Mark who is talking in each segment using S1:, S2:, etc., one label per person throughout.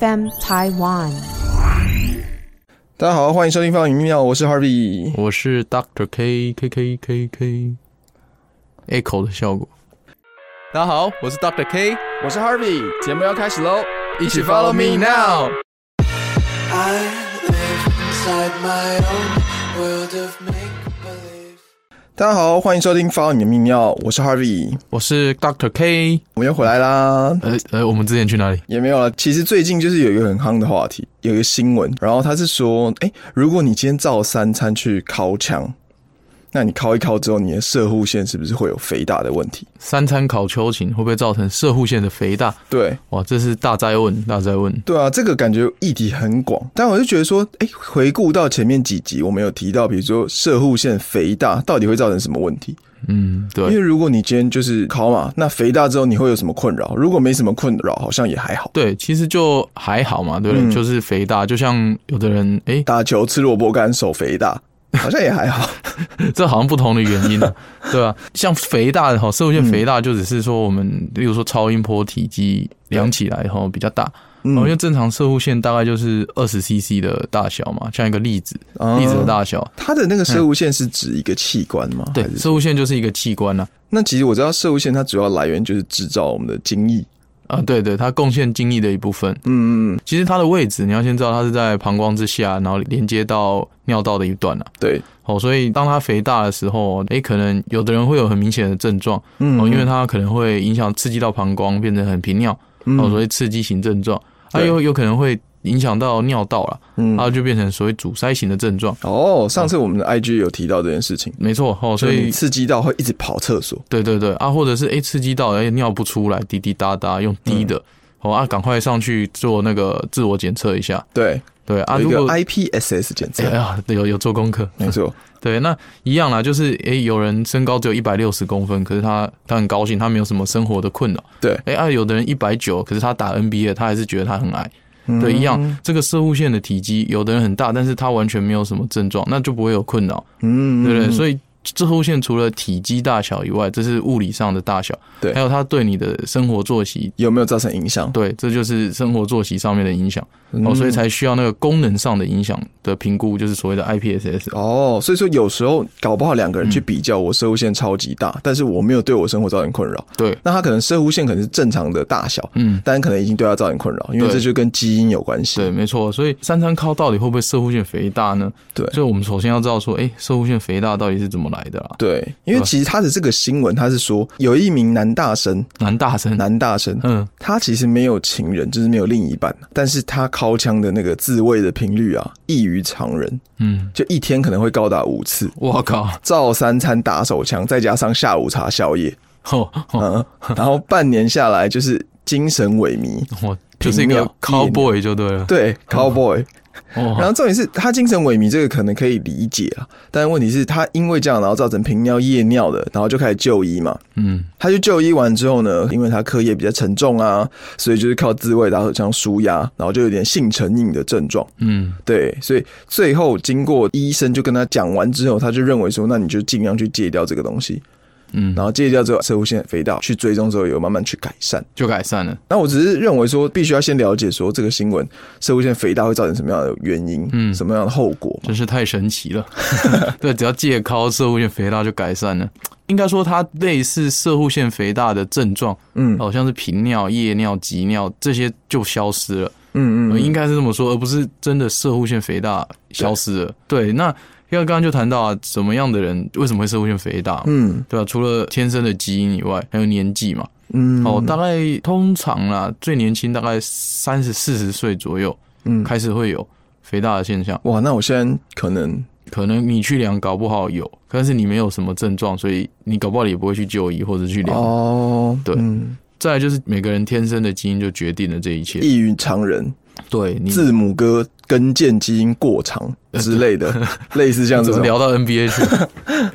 S1: FM Taiwan。
S2: 大家好，欢迎收听《放云妙》，我是 Harvey。
S3: 我是 Doctor K K K K K Echo 的效果。大家好，我是 Doctor K，
S2: 我是 Harvey，节目要开始喽，一起 follow
S3: me now。
S4: I live inside my own world of make believe.
S2: 大家好，欢迎收听《follow 你的泌尿》，我是 Harvey，
S3: 我是 Doctor K。
S2: 我们又回来啦。
S3: 呃呃，我们之前去哪里？
S2: 也没有了。其实最近就是有一个很夯的话题，有一个新闻，然后他是说，哎、如果你今天照三餐去烤墙，那你烤一烤之后，你的射护线是不是会有肥大的问题？
S3: 三餐烤秋瑾会不会造成射护腺的肥大？
S2: 对，
S3: 哇，这是大灾问，大灾问。
S2: 对啊，这个感觉议题很广，但我就觉得说，哎、回顾到前面几集，我们有提到，比如说射护腺肥大到底会造成什么问题？
S3: 嗯，
S2: 因为
S3: 对
S2: 如果你今天就是烤嘛，那肥大之后你会有什么困扰？如果没什么困扰，好像也还好。
S3: 对，其实就还好嘛，对不对？
S2: 嗯
S3: 就是肥大，就像有的人，哎、
S2: 打球吃萝卜干手肥大，好像也还好。
S3: 这好像不同的原 因、啊，对啊，像肥大的哈，射物线肥大就只是说我们，例如说超音波体积量起来哈比较大，
S2: 嗯
S3: 哦，因为正常射物线大概就是二十 CC 的大小嘛，像一个粒子，
S2: 啊
S3: 粒子的大小，
S2: 它的那个射物线是指一个器官吗？
S3: 嗯对
S2: 还，是
S3: 射物线就是一个器官啊呐、
S2: 那其实我知道射物线它主要来源就是制造我们的精液。
S3: 啊，对对，它贡献精液的一部分。
S2: 嗯嗯嗯，
S3: 其实它的位置，你要先知道它是在膀胱之下，然后连接到尿道的一段啊。
S2: 对，
S3: 哦，所以当它肥大的时候，哦诶，可能有的人会有很明显的症状，
S2: 嗯
S3: 哦，因为它可能会影响刺激到膀胱，变成很频尿，
S2: 嗯
S3: 哦，所以刺激型症状，还
S2: 对
S3: 有有可能会影响到尿道了，
S2: 嗯
S3: 然后就变成所谓阻塞型的症状。
S2: 哦，上次我们的 IG 有提到这件事情，
S3: 没错，哦，
S2: 所
S3: 所
S2: 以
S3: 以
S2: 刺激到会一直跑厕所。
S3: 对对对啊，或者是诶刺激到诶尿不出来，滴滴答答用滴
S2: 嗯
S3: 的，哦啊，赶快上去做那个自我检测一下，
S2: 对，
S3: 对啊，
S2: 有
S3: 如
S2: 一个
S3: 果
S2: IPSS 检测
S3: 哎，呀，对有有做功课，
S2: 没错，
S3: 对，那一样啦，就是诶、有人身高只有一百六十公分，可是他他很高兴，他没有什么生活的困扰。
S2: 对
S3: 诶、啊，有的人一百九，可是他打 NBA，他还是觉得他很矮。对，
S2: 嗯
S3: 一样，这个射物线的体积，有的人很大，但是他完全没有什么症状，那就不会有困扰，
S2: 嗯，
S3: 对不对？
S2: 以
S3: 所以射物线除了体积大小以外，这是物理上的大小，
S2: 对
S3: 还有他对你的生活作息，
S2: 有没有造成影响？
S3: 对，这就是生活作息上面的影响，哦，
S2: 嗯
S3: 所以才需要那个功能上的影响的评估，就是所谓的 IPSS。
S2: 哦，所以说有时候搞不好两个人
S3: 嗯
S2: 去比较，我射物线超级大，但是我没有对我生活造成困扰。
S3: 对，
S2: 那他可能射物线可能是正常的大小，
S3: 嗯。
S2: 但可能已经对他造成困扰，因为
S3: 对
S2: 这就跟基因有关系。
S3: 对，没错。所以三餐靠到底会不会射护腺肥大呢？
S2: 对
S3: 所以我们首先要知道说，哎、射护腺肥大到底是怎么来的啦？啊
S2: 对，因为
S3: 对
S2: 其实他的这个新闻，他是说有一名男大生，
S3: 男大生，
S2: 男大生，
S3: 嗯，
S2: 他其实没有情人，就是没有另一半，但是他尻枪的那个自慰的频率啊，异于常人，
S3: 嗯，
S2: 就一天可能会高达五次，
S3: 我靠，
S2: 照三餐打手枪，再加上下午茶宵夜，
S3: 哦，哦
S2: 嗯，然后半年下来就是精神萎靡，
S3: 我就是一个
S2: 平面
S3: cowboy 就对了。，
S2: 对，cowboy，然
S3: 哦，
S2: 后重点是他精神萎靡，这个可能可以理解啊，但问题是，他因为这样，然后造成频尿、夜尿的，然后就开始就医嘛。
S3: 嗯，
S2: 他去就医完之后呢，因为他课业比较沉重啊，所以就是靠自慰打手枪舒压，然后就有点性成瘾的症状。
S3: 嗯，
S2: 对，所以最后经过医生就跟他讲完之后，他就认为说，那你就尽量去戒掉这个东西。
S3: 嗯
S2: 然后戒掉之后，射物腺肥大去追踪之后，有慢慢去改善。
S3: 就改善了。
S2: 那我只是认为说，必须要先了解说这个新闻，射物腺肥大会造成什么样的原因，
S3: 嗯
S2: 什么样的后果嘛。
S3: 真是太神奇了， 对，只要戒靠射护腺肥大就改善了。应该说，它类似射护腺肥大的症状，
S2: 嗯
S3: 好像是频尿、夜尿、急尿这些就消失了。
S2: 嗯
S3: 呃
S2: 嗯，
S3: 应该是这么说，而不是真的射护腺肥大消失了。对，那因为刚刚就谈到啊，怎么样的人为什么会射护腺肥大？
S2: 嗯
S3: 对吧、除了天生的基因以外，还有年纪嘛。
S2: 嗯，
S3: 哦，大概通常啦，最年轻大概三十四十岁左右
S2: 嗯，
S3: 开始会有肥大的现象。
S2: 哇，那我现在可能
S3: 可能你去量搞不好有，但是你没有什么症状，所以你搞不好也不会去就医或者去量。
S2: 哦，
S3: 对
S2: 嗯
S3: 再来就是每个人天生的基因就决定了这一切，
S2: 异于常人，
S3: 对你呃
S2: 字母哥跟腱基因过长之类的，类似像这
S3: 怎
S2: 种。
S3: 么聊到 NBA 去？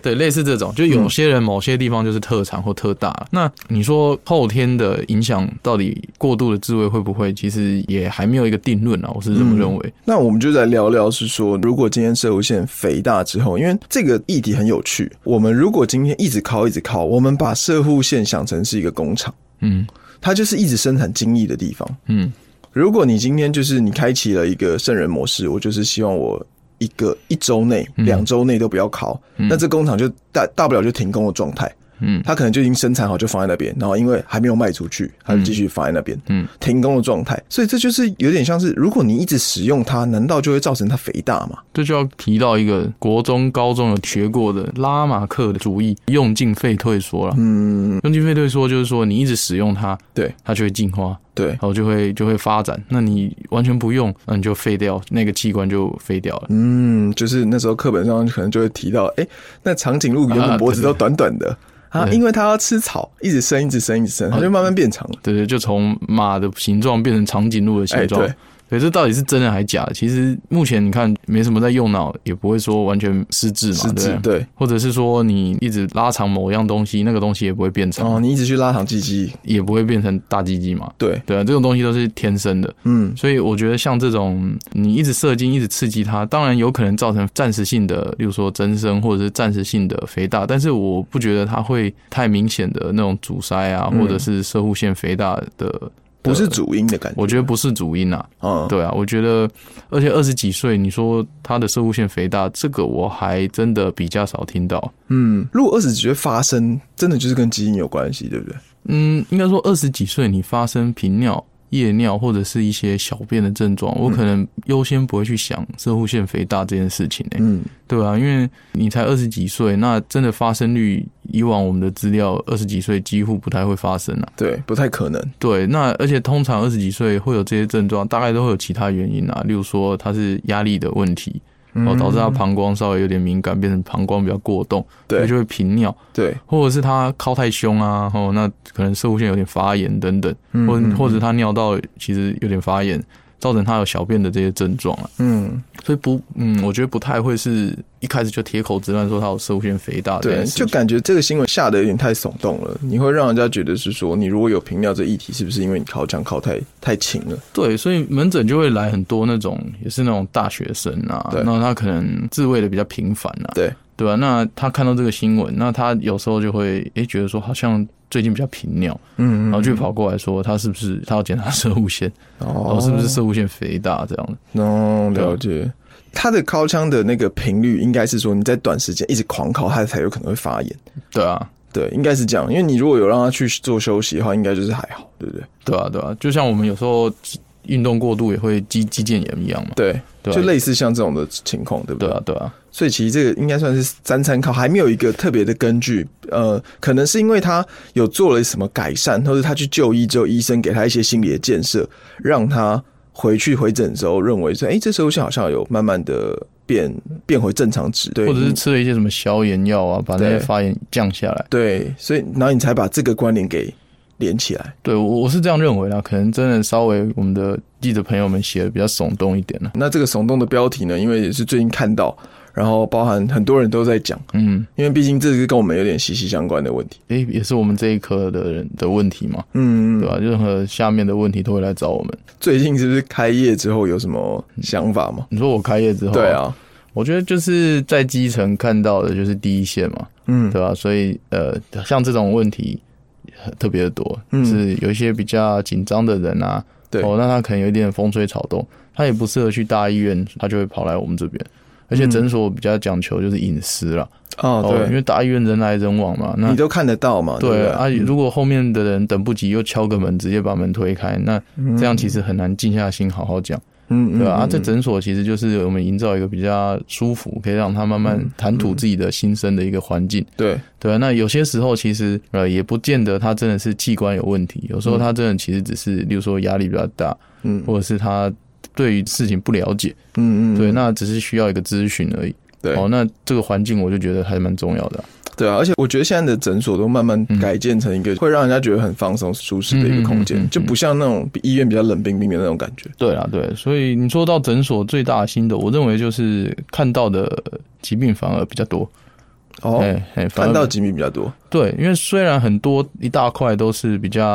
S3: 对，类似这种，就有些人某些地方就是特长或特
S2: 嗯
S3: 大。那你说后天的影响到底过度的智慧会不会？其实也还没有一个定论啊，我是这么认为。
S2: 那我们就来聊聊，是说如果今天射弧线肥大之后，因为这个议题很有趣，我们如果今天一直靠一直靠，我们把射弧线想成是一个工厂，
S3: 嗯
S2: 它就是一直生产精益的地方。
S3: 嗯
S2: 如果你今天就是你开启了一个圣人模式，我就是希望我一个一周内、
S3: 嗯
S2: 两周内都不要考，那这工厂就大大不了就停工的状态。
S3: 嗯
S2: 它可能就已经生产好，就放在那边，然后因为还没有卖出去，它就继续放在那边，
S3: 嗯，
S2: 停工的状态。所以这就是有点像是，如果你一直使用它，难道就会造成它肥大吗？
S3: 这就要提到一个国中、高中有学过的拉马克的主义——用进废退说了。
S2: 嗯，
S3: 用进废退说就是说，你一直使用它，
S2: 对
S3: 它就会进化，
S2: 对
S3: 然，后就会就会发展。那你完全不用，那你就废掉那个器官就废掉了。
S2: 嗯，就是那时候课本上可能就会提到，哎、那长颈鹿原本脖子都短短的啊
S3: 对啊
S2: 因为它要吃草，一直生，一直生，一直生，它就慢慢变长了。
S3: 对对，就从马的形状变成长颈鹿的形状。
S2: 哎对
S3: 对，这到底是真的还假的？其实目前你看，没什么在用脑，也不会说完全失智嘛，
S2: 是
S3: 对啊
S2: 指
S3: 不对？
S2: 对
S3: 或者是说你一直拉长某样东西，那个东西也不会变长，
S2: 哦，你一直去拉长鸡鸡，
S3: 也不会变成大鸡鸡嘛。
S2: 对，
S3: 对啊，这种东西都是天生的，
S2: 嗯，
S3: 所以我觉得像这种你一直射精、一直刺激它，当然有可能造成暂时性的，例如说增生或者是暂时性的肥大，但是我不觉得它会太明显的那种阻塞啊，
S2: 嗯
S3: 或者是射护腺肥大的。
S2: 不是主因的啊感觉，
S3: 啊我觉得不是主因啊，
S2: 嗯，
S3: 对啊，我觉得，而且二十几岁，你说他的射物腺肥大，这个我还真的比较少听到。
S2: 嗯，如果二十几岁发生，真的就是跟基因有关系，对不对？
S3: 嗯，应该说二十几岁你发生频尿、夜尿或者是一些小便的症状，
S2: 嗯
S3: 我可能优先不会去想射物腺肥大这件事情诶、
S2: 嗯，
S3: 对啊，因为你才二十几岁，那真的发生率，以往我们的资料，二十几岁几乎不太会发生啊。
S2: 对，不太可能。
S3: 对，那而且通常二十几岁会有这些症状，大概都会有其他原因啊，例如说他是压力的问题，
S2: 嗯
S3: 哦，导致他膀胱稍微有点敏感，变成膀胱比较过动，所以
S2: 对
S3: 就会频尿，
S2: 对，
S3: 或者是他靠太凶啊，哦，那可能射物腺有点发炎等等，或
S2: 嗯
S3: 或者他尿道其实有点发炎，造成他有小便的这些症状啊，
S2: 嗯，
S3: 所以不，嗯，我觉得不太会是一开始就铁口直断说他有射物腺肥大这
S2: 对，
S3: 件事
S2: 就
S3: 情，
S2: 感觉这个新闻下的有点太耸动了，你会让人家觉得是说，你如果有频尿这议题，是不是因为你靠墙靠太太勤了？
S3: 对，所以门诊就会来很多那种也是那种大学生啊，
S2: 对
S3: 那他可能自慰的比较频繁啊，
S2: 对，
S3: 对啊，那他看到这个新闻，那他有时候就会诶、觉得说好像最近比较频尿，
S2: 嗯
S3: 然后就跑过来说他是不是他要检查射物线，然
S2: 哦
S3: 后是不啊是射物线肥大这样的，
S2: 哦，
S3: 对啊
S2: 了解。它的靠腔的那个频率，应该是说你在短时间一直狂靠，它才有可能会发炎。
S3: 对啊。
S2: 对，应该是这样，因为你如果有让它去做休息的话，应该就是还好，对不对？
S3: 对啊，对啊，就像我们有时候运动过度也会肌肌腱炎一样嘛。
S2: 对，
S3: 对啊
S2: 就类似像这种的情况，对不
S3: 对
S2: 对？
S3: 啊，对啊，
S2: 所以其实这个应该算是三餐靠，还没有一个特别的根据。呃，可能是因为他有做了什么改善，或者他去就医之后，医生给他一些心理的建设，让他回去回诊之后认为说，哎、这时候好像有慢慢的变变回正常值，嗯对，
S3: 或者是吃了一些什么消炎药啊，把那些
S2: 对
S3: 发炎降下来。
S2: 对，所以然后你才把这个关联给连起来。
S3: 对我我是这样认为啦，可能真的稍微我们的记者朋友们写的比较耸动一点了。
S2: 那这个耸动的标题呢，因为也是最近看到，然后包含很多人都在讲，
S3: 嗯，
S2: 因为毕竟这是跟我们有点息息相关的问题。
S3: 诶，也是我们这一科的人的问题嘛，
S2: 嗯，
S3: 对吧、啊任何下面的问题都会来找我们。
S2: 最近是不是开业之后有什么想法吗？
S3: 你说我开业之后，
S2: 对，啊，
S3: 我觉得就是在基层看到的就是第一线嘛，
S2: 嗯
S3: 对吧、所以呃，像这种问题呃特别的多，
S2: 嗯
S3: 是有一些比较紧张的人啊，
S2: 对
S3: 哦，那他可能有一点风吹草动，他也不适合去大医院，他就会跑来我们这边。而且诊所比较讲求就是隐私啦，
S2: 嗯哦，
S3: 因
S2: 对，
S3: 为大医院人来人往嘛，那
S2: 你都看得到嘛？对不嗯
S3: 对
S2: 对
S3: 啊，如果后面的人等不及，又敲个门，直接把门推开，那这样其实很难静下心好好讲，
S2: 嗯
S3: 对吧、啊，
S2: 嗯
S3: 在诊所其实就是我们营造一个比较舒服，可以让他慢慢
S2: 嗯
S3: 谈吐自己的心声的一个环境。
S2: 对，
S3: 对啊，那有些时候其实呃也不见得他真的是器官有问题，有时候他真的其实只是，例如说压力比较大，
S2: 嗯
S3: 或者是他对于事情不了解，
S2: 嗯嗯，
S3: 对，那只是需要一个咨询而已。
S2: 对
S3: 哦，那这个环境我就觉得还蛮重要的啊、
S2: 对啊，而且我觉得现在的诊所都慢慢改建成一个会让人家觉得很放松、舒适的一个空
S3: 嗯嗯嗯
S2: 间
S3: 嗯，
S2: 就不像那种比医院比较冷冰冰的那种感觉。
S3: 对啊，对，所以你说到诊所最大的心得，我认为就是看到的疾病反而比较多。
S2: 哦，
S3: 哎、哎反而
S2: 看到疾病比较多，
S3: 对，因为虽然很多一大块都是比较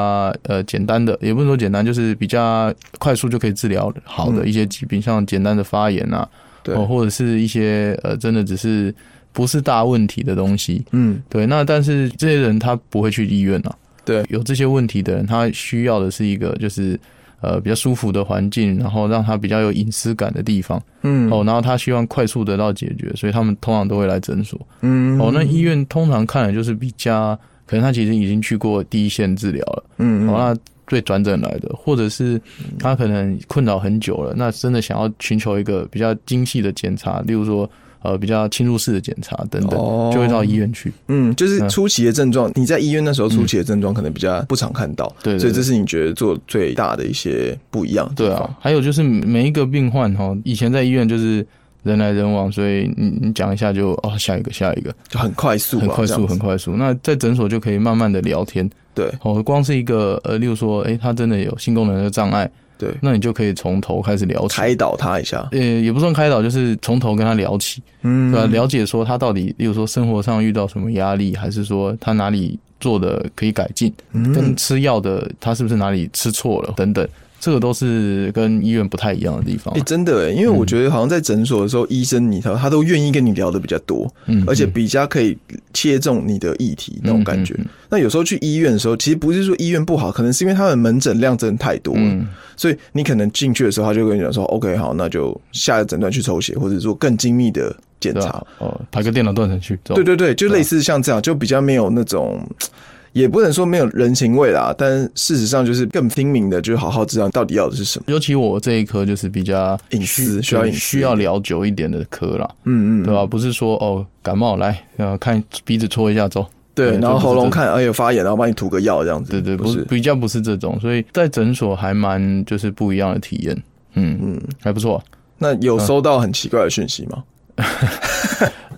S3: 呃简单的，也不是说简单，就是比较快速就可以治疗好的一些疾病，像简单的发炎啊，
S2: 对，
S3: 哦，或者是一些呃真的只是不是大问题的东西。
S2: 嗯，
S3: 对，那但是这些人他不会去医院啊。
S2: 对，
S3: 有这些问题的人，他需要的是一个就是呃比较舒服的环境，然后让他比较有隐私感的地方。
S2: 嗯，
S3: 哦，然后他希望快速得到解决，所以他们通常都会来诊所。
S2: 嗯，
S3: 哦，那医院通常看的就是比较，可能他其实已经去过第一线治疗了，
S2: 嗯，嗯
S3: 哦，那对转诊来的，或者是他可能困扰很久了，那真的想要寻求一个比较精细的检查，例如说呃比较侵入式的检查等等，
S2: 哦
S3: 就会到医院去。
S2: 嗯，就是
S3: 嗯
S2: 初期的症状，你在医院那时候初期的症状可能比较不常看到，
S3: 对对
S2: 所以这
S3: 对
S2: 是你觉得做最大的一些不一样的
S3: 对
S2: 地方。
S3: 啊，还有就是每一个病患哈，以前在医院就是人来人往，所以你你讲一下就哦下一个下一个，
S2: 就很快速嘛，啊
S3: 很快
S2: 这样
S3: 速
S2: 子
S3: 很快速。那在诊所就可以慢慢的聊天，
S2: 对
S3: 哦，光是一个呃，例如说，哎、他真的有性功能的障碍，
S2: 对，
S3: 那你就可以从头开始聊起。
S2: 开导他一下，
S3: 呃，也不算开导，就是从头跟他聊起，
S2: 嗯
S3: 对吧、了解说他到底，例如说生活上遇到什么压力，还是说他哪里做的可以改进，
S2: 嗯
S3: 跟吃药的他是不是哪里吃错了等等，这个都是跟医院不太一样的地方啊
S2: 哎、。真的哎，因为我
S3: 嗯
S2: 觉得好像在诊所的时候，医生你他他都愿意跟你聊的比较多，
S3: 嗯
S2: 而且比较可以切中你的议题那种感觉。
S3: 嗯嗯嗯
S2: 那有时候去医院的时候，其实不是说医院不好，可能是因为他们门诊量真的太多了，
S3: 嗯
S2: 所以你可能进去的时候，他就跟你讲说，OK，好，那就下诊断去抽血，或者做更精密的检
S3: 对
S2: 查。
S3: 啊，哦，排个电脑断层去，对
S2: 对对对，就类似像这样，就比较没有那种。
S3: 啊
S2: 也不能说没有人情味啦，但事实上就是更听明的，就好好知道到底要的是什么。
S3: 尤其我这一科就是比较
S2: 隐私需要
S3: 对
S2: 隐私
S3: 需要聊久一点的科啦，
S2: 嗯嗯，
S3: 对吧？不是说哦感冒来呃看鼻子戳一下走，
S2: 对，
S3: 对
S2: 然后
S3: 就不是
S2: 喉咙
S3: 这
S2: 看，哎有发炎，然后帮你涂个药这样子。
S3: 对对，
S2: 不
S3: 不是
S2: 是，
S3: 比较不是这种，所以在诊所还蛮就是不一样的体验，嗯嗯，啊还不错。
S2: 那有收到很奇怪的讯息吗？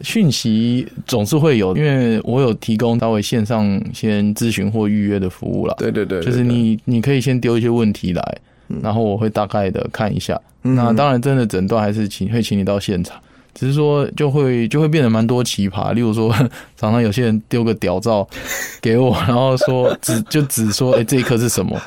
S3: 讯息总是会有，因为我有提供稍微线上先咨询或预约的服务啦，
S2: 对对对，嗯
S3: 就是你你可以先丢一些问题来，然后我会大概的看一下。那当然，真的诊断还是请会请你到现场，只是说就会就会变得蛮多奇葩。例如说， 常常有些人丢个屌照给我，然后说只 就只说哎、诶这一颗是什么。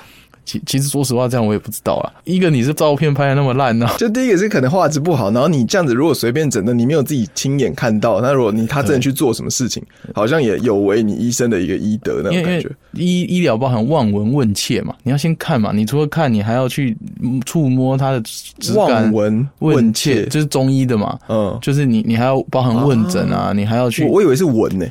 S3: 其其实说实话，这样我也不知道啦。一个你是照片拍的那么烂呢、
S2: 对就第一个是可能画质不好，然后你这样子如果随便诊断，你没有自己亲眼看到，那如果你他真的去做什么事情，好像也有违你医生的一个医德那种
S3: 因为因
S2: 感
S3: 为
S2: 觉。
S3: 医医疗包含望闻问切嘛，你要先看嘛，你除了看，你还要去嗯触摸它的质
S2: 望
S3: 感、
S2: 闻
S3: 问
S2: 问
S3: 切，
S2: 切，
S3: 就是中医的嘛。
S2: 嗯，
S3: 就是你，你还要包含问诊啊，你还要去
S2: 我我以为是闻呢，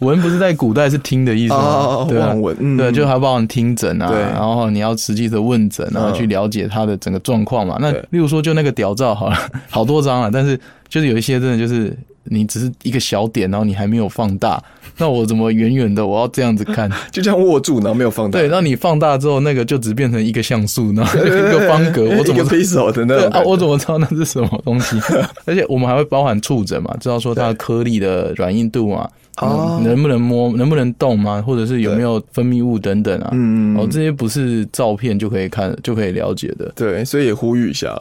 S3: 闻，不是在古代是听的意思吗
S2: 哦？
S3: 对啊
S2: 望闻嗯
S3: 对，就还要包含听诊啊，
S2: 对
S3: 然后你要实际的问诊啊，
S2: 嗯
S3: 去了解他的整个状况嘛。那
S2: 对
S3: 例如说，就那个屌照好了， 好多张啊，但是就是有一些真的就是你只是一个小点，然后你还没有放大，那我怎么远远的我要这样子看？
S2: 就这样握住，然后没有放大，
S3: 对，那你放大之后，那个就只变成一个像素，然后一个方 格，我怎
S2: 一
S3: 么
S2: 个 pixel 的那
S3: 对
S2: 种
S3: 啊，
S2: 感觉
S3: 我怎么知道那是什么东西？而且我们还会包含触诊嘛，知道说它的颗粒的软硬度啊，
S2: 哦
S3: 嗯能不能摸，能不能动吗？或者是有没有分泌物等等啊？
S2: 嗯嗯嗯
S3: 哦，这些不是照片就可以看，就可以了解的。
S2: 对，所以也呼吁一下。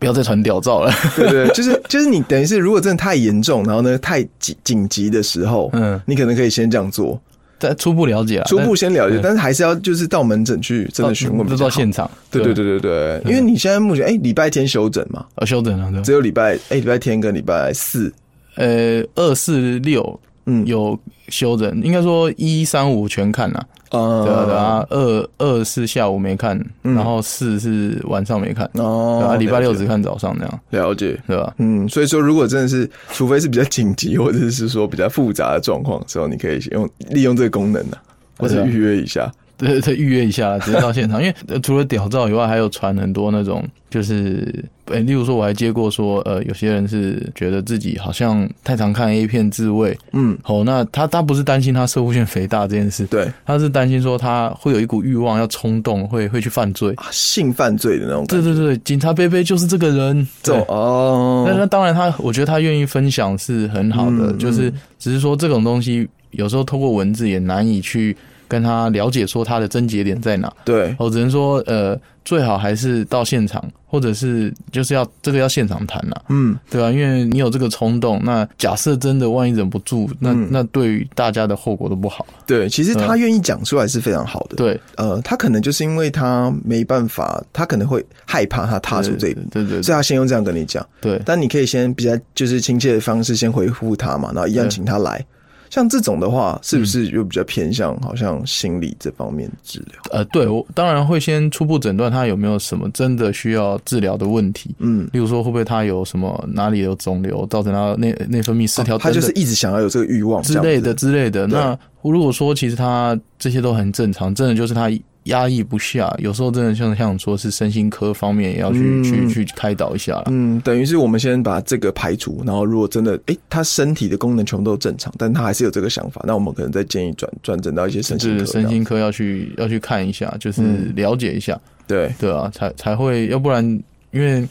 S3: 不要再传屌照了。
S2: 对对，就是 就是你等于是，如果真的太严重，然后呢太紧紧急的时候，
S3: 嗯啊
S2: 嗯，你可能可以先这样做，
S3: 但初步了解啊，
S2: 初步先了解
S3: 对，
S2: 但是还是要就是到门诊去真
S3: 到
S2: 的询问比
S3: 就
S2: 较好，
S3: 到现嗯场。啊
S2: 对对，对对对，因为你现在目前哎礼拜天休诊嘛，
S3: 呃，休整了
S2: 只
S3: 对。
S2: 有礼拜哎礼拜天跟礼拜四，
S3: 呃，二四六
S2: 嗯
S3: 有休整，应该说一三五全看了。对啊对
S2: 啊嗯
S3: 啊，二二是下午没看，然后四是晚上没看。对啊，
S2: 哦，
S3: 礼拜六
S2: 了解
S3: 只看早上那样，
S2: 了解。
S3: 对吧？
S2: 嗯，所以说，如果真的是，除非是比较紧急或者是说比较复杂的状况的时候，你可以用利用这个功能呢、啊，或者
S3: 对啊
S2: 预约一下。
S3: 对对，预约一下，直接到现场。因为、呃除了屌照以外，还有传很多那种，就是，呃、例如说，我还接过说，呃，有些人是觉得自己好像太常看 A 片自慰，
S2: 嗯，
S3: 哦，那他他不是担心他射护腺肥大这件事，
S2: 对
S3: 他是担心说他会有一股欲望要冲动，会会去犯罪。
S2: 啊，性犯罪的那种感
S3: 对
S2: 觉，
S3: 对对，警察贝贝就是这个人，
S2: 这
S3: 对
S2: 种哦，
S3: 那那当然他，我觉得他愿意分享是很好的，
S2: 嗯
S3: 就是只是说这种东西有时候透过文字也难以去跟他了解说他的症结点在哪。
S2: 对，
S3: 我只能说，呃，最好还是到现场，或者是就是要这个要现场谈啦、
S2: 嗯，
S3: 对吧、因为你有这个冲动，那假设真的万一忍不住，那、
S2: 嗯
S3: 那对于大家的后果都不好。
S2: 对，其实他
S3: 嗯
S2: 愿意讲出来是非常好的。，
S3: 对，
S2: 呃，他可能就是因为他没办法，他可能会害怕他踏出这一步，啊
S3: 对对
S2: 所以
S3: 对
S2: 他先用这样跟你讲。
S3: 对
S2: 但你可以先比较就是亲切的方式先回复他嘛，然后一样
S3: 对
S2: 请他来。像这种的话，是不是又比较偏向好像心理这方面治疗？
S3: 呃，对我当然会先初步诊断他有没有什么真的需要治疗的问题。
S2: 嗯，
S3: 例如说，会不会他有什么哪里有肿瘤，造成他内内分泌失调、
S2: 哦他就是一直想要有这个欲望
S3: 之类的
S2: 这样子
S3: 之类的。
S2: 对
S3: 那如果说其实他这些都很正常，真的就是他压抑不下，有时候真的像像说是身心科方面也要去、
S2: 嗯
S3: 去去开导一下啦。
S2: 嗯，等于是我们先把这个排除，然后如果真的，诶、他身体的功能全部都正常，但他还是有这个想法，那我们可能再建议转转诊到一些身心科这
S3: 是
S2: 样
S3: 身
S2: 子。
S3: 心科要去要去看一下，就是
S2: 嗯
S3: 了解一下，
S2: 对，
S3: 对啊，才才会，要不然因为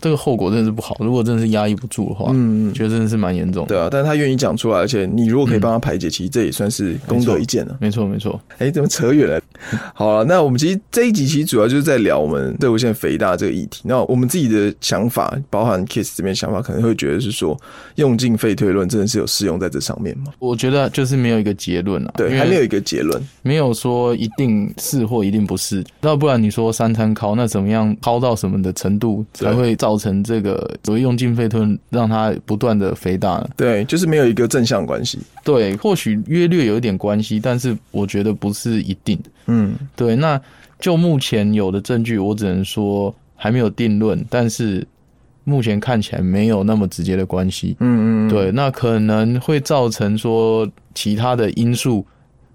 S3: 这个后果真的是不好。如果真的是压抑不住的话，
S2: 嗯，
S3: 觉得真的是蛮严重的。
S2: 对啊，但是他愿意讲出来，而且你如果可以帮他排解，其实这也算是功德一件了、
S3: 没错，没错，
S2: 哎、怎么扯远了？好啊了，那我们其实这一集其实主要就是在聊我们对无限肥大这个议题。那我们自己的想法，包含 Kiss 这边想法，可能会觉得是说，用进废退论真的是有适用在这上面吗？
S3: 我觉得就是没有一个结论啊，因
S2: 对，
S3: 为
S2: 还没有一个结论。
S3: 没有说一定是或一定不是，要不然你说三餐敲，那怎么样敲到什么的程度
S2: 对
S3: 才会造成这个所谓用进废退，让它不断的肥大呢？
S2: 对，就是没有一个正向关系。
S3: 对，或许约略有一点关系，但是我觉得不是一定。
S2: 嗯，
S3: 对，那就目前有的证据，我只能说还没有定论，但是目前看起来没有那么直接的关系。
S2: 嗯嗯，
S3: 对，那可能会造成说其他的因素，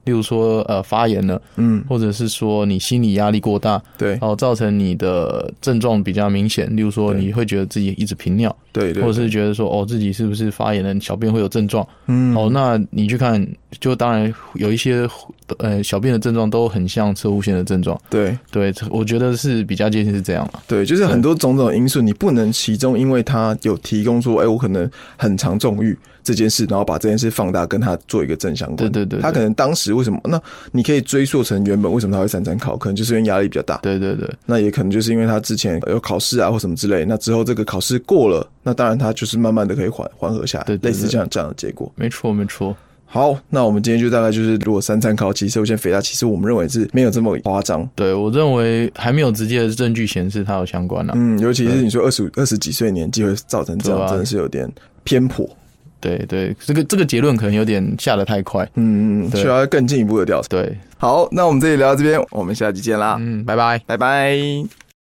S3: 例如说呃发炎了。
S2: 嗯，
S3: 或者是说你心理压力过大，
S2: 对，
S3: 哦，造成你的症状比较明显，例如说
S2: 对
S3: 你会觉得自己一直频尿，
S2: 对对，
S3: 或者是觉得说哦自己是不是发炎了，小便会有症状，
S2: 嗯，
S3: 哦，那你去看，就当然有一些呃小便的症状都很像车无线的症状，
S2: 对
S3: 对，我觉得是比较接近是这样了，
S2: 对，就是很多种种因素，你不能其中因为他有提供说，哎、我可能很常纵欲这件事，然后把这件事放大，跟他做一个正相关。
S3: 对对对对
S2: 他可能当时为什么？那你可以追溯成原本为什么他会三三考，可能就是因为压力比较大。
S3: 对对对
S2: 那也可能就是因为他之前有考试啊或什么之类，那之后这个考试过了，那当然他就是慢慢的可以缓缓和下来，
S3: 对对对
S2: 类似这样这样的结果。
S3: 没错没错，
S2: 好，那我们今天就大概就是，如果三餐考，其实我先肥大，其实我们认为是没有这么夸张，
S3: 对我认为还没有直接的证据显示它有相关了、
S2: 嗯，尤其是你说二十五、二十几岁年纪会造成这
S3: 对
S2: 样，
S3: 啊
S2: 真的是有点偏颇。
S3: 对啊对，这个这个结论可能有点下得太快，
S2: 嗯嗯嗯，
S3: 对
S2: 需要更进一步的调查。
S3: 对，
S2: 好，那我们这里聊到这边，我们下期见啦，
S3: 嗯，拜拜。
S2: 拜拜。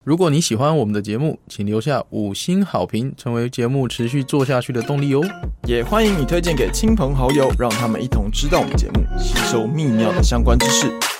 S3: 如果你喜欢我们的节目，请留下五星好评，成为节目持续做下去的动力哦。
S2: 也欢迎你推荐给亲朋好友，让他们一同知道我们节目，吸收泌尿的相关知识。